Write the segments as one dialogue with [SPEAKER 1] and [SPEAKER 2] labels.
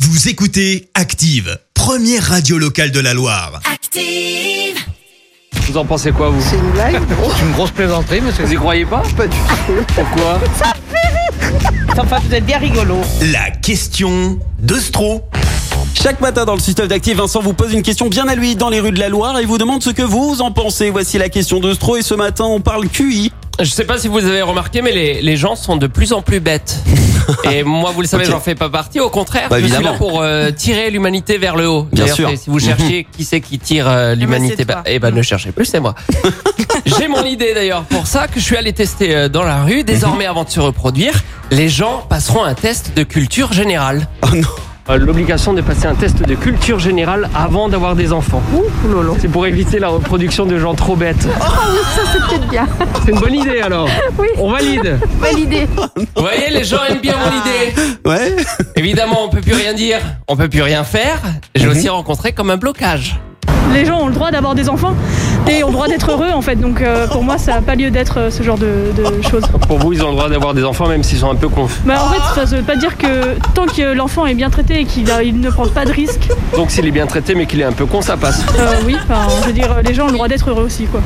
[SPEAKER 1] Vous écoutez Active, première radio locale de la Loire.
[SPEAKER 2] Active.
[SPEAKER 3] Vous en pensez quoi, vous
[SPEAKER 4] C'est une blague
[SPEAKER 3] C'est une grosse plaisanterie, monsieur. Vous y croyez pas
[SPEAKER 4] Pas du tout.
[SPEAKER 3] Pourquoi
[SPEAKER 4] Enfin, vous êtes bien rigolo.
[SPEAKER 1] La question de Stro.
[SPEAKER 5] Chaque matin dans le système d'Active, Vincent vous pose une question bien à lui dans les rues de la Loire et vous demande ce que vous en pensez. Voici la question de Stro et ce matin on parle QI.
[SPEAKER 6] Je sais pas si vous avez remarqué, mais les, les gens sont de plus en plus bêtes. Et moi, vous le savez,
[SPEAKER 5] Ok.
[SPEAKER 6] j'en fais pas partie. Au contraire,
[SPEAKER 5] Bah,
[SPEAKER 6] je suis
[SPEAKER 5] évidemment.
[SPEAKER 6] là pour euh, tirer l'humanité vers le haut.
[SPEAKER 5] Bien
[SPEAKER 6] D'ailleurs,
[SPEAKER 5] sûr.
[SPEAKER 6] c'est- Si vous cherchez qui c'est qui tire euh, l'humanité,
[SPEAKER 4] c'est
[SPEAKER 6] bah,
[SPEAKER 4] toi.
[SPEAKER 6] eh ben ne cherchez plus, c'est moi. J'ai mon idée d'ailleurs pour ça que je suis allé tester euh, dans la rue. Désormais, avant de se reproduire, les gens passeront un test de culture générale. Euh,
[SPEAKER 5] Oh non.
[SPEAKER 3] L'obligation de passer un test de culture générale avant d'avoir des enfants. C'est pour éviter la reproduction de gens trop bêtes.
[SPEAKER 7] Oh, Peut-être bien.
[SPEAKER 3] C'est une bonne idée, alors. On valide.
[SPEAKER 7] Validé.
[SPEAKER 6] Vous voyez, les gens aiment bien mon idée.
[SPEAKER 5] Ouais.
[SPEAKER 6] Évidemment, on peut plus rien dire, on peut plus rien faire. J'ai aussi rencontré comme un blocage.
[SPEAKER 8] les gens ont le droit d'avoir des enfants et ont le droit d'être heureux en fait. Donc euh, pour moi, ça n'a pas lieu d'être euh, ce genre de, de choses.
[SPEAKER 3] Pour vous, ils ont le droit d'avoir des enfants, même s'ils sont un peu cons.
[SPEAKER 8] Bah, en fait, ça ne veut pas dire que tant que l'enfant est bien traité et qu'il a- il ne prend pas de risques,
[SPEAKER 3] Donc, s'il est bien traité, mais qu'il est un peu con, ça passe.
[SPEAKER 8] euh, oui, enfin, je veux dire, les gens ont le droit d'être heureux aussi quoi.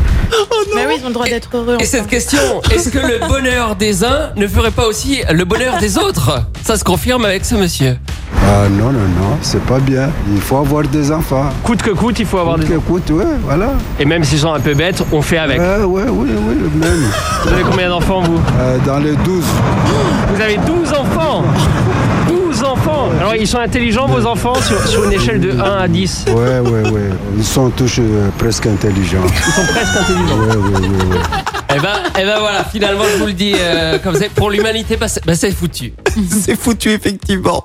[SPEAKER 4] Mais oui, ils ont le droit d'être heureux.
[SPEAKER 6] Et cette question, est-ce que le bonheur des uns ne ferait pas aussi le bonheur des autres Ça se confirme avec ce monsieur.
[SPEAKER 9] Ah non, non, non, c'est pas bien. Il faut avoir des enfants.
[SPEAKER 3] Coûte que coûte, il faut avoir des enfants.
[SPEAKER 9] Écoute, ouais, voilà.
[SPEAKER 3] Et même s'ils sont un peu bêtes, on fait avec.
[SPEAKER 9] Ouais, ouais, oui, oui, même.
[SPEAKER 3] Vous avez combien d'enfants, vous
[SPEAKER 9] Euh, dans les 12,
[SPEAKER 3] Vous avez 12 enfants 12 enfants Alors, ils sont intelligents, vos enfants, sur, sur une échelle de 1 à 10.
[SPEAKER 9] ouais, ouais, ouais. Ils sont tous euh, presque intelligents.
[SPEAKER 3] Ils sont presque intelligents.
[SPEAKER 9] Ouais, ouais, ouais, ouais.
[SPEAKER 6] Eh ben, eh ben voilà, finalement, je vous le dis euh, comme c'est pour l'humanité, bah, c'est bah, c'est foutu.
[SPEAKER 5] C'est foutu effectivement.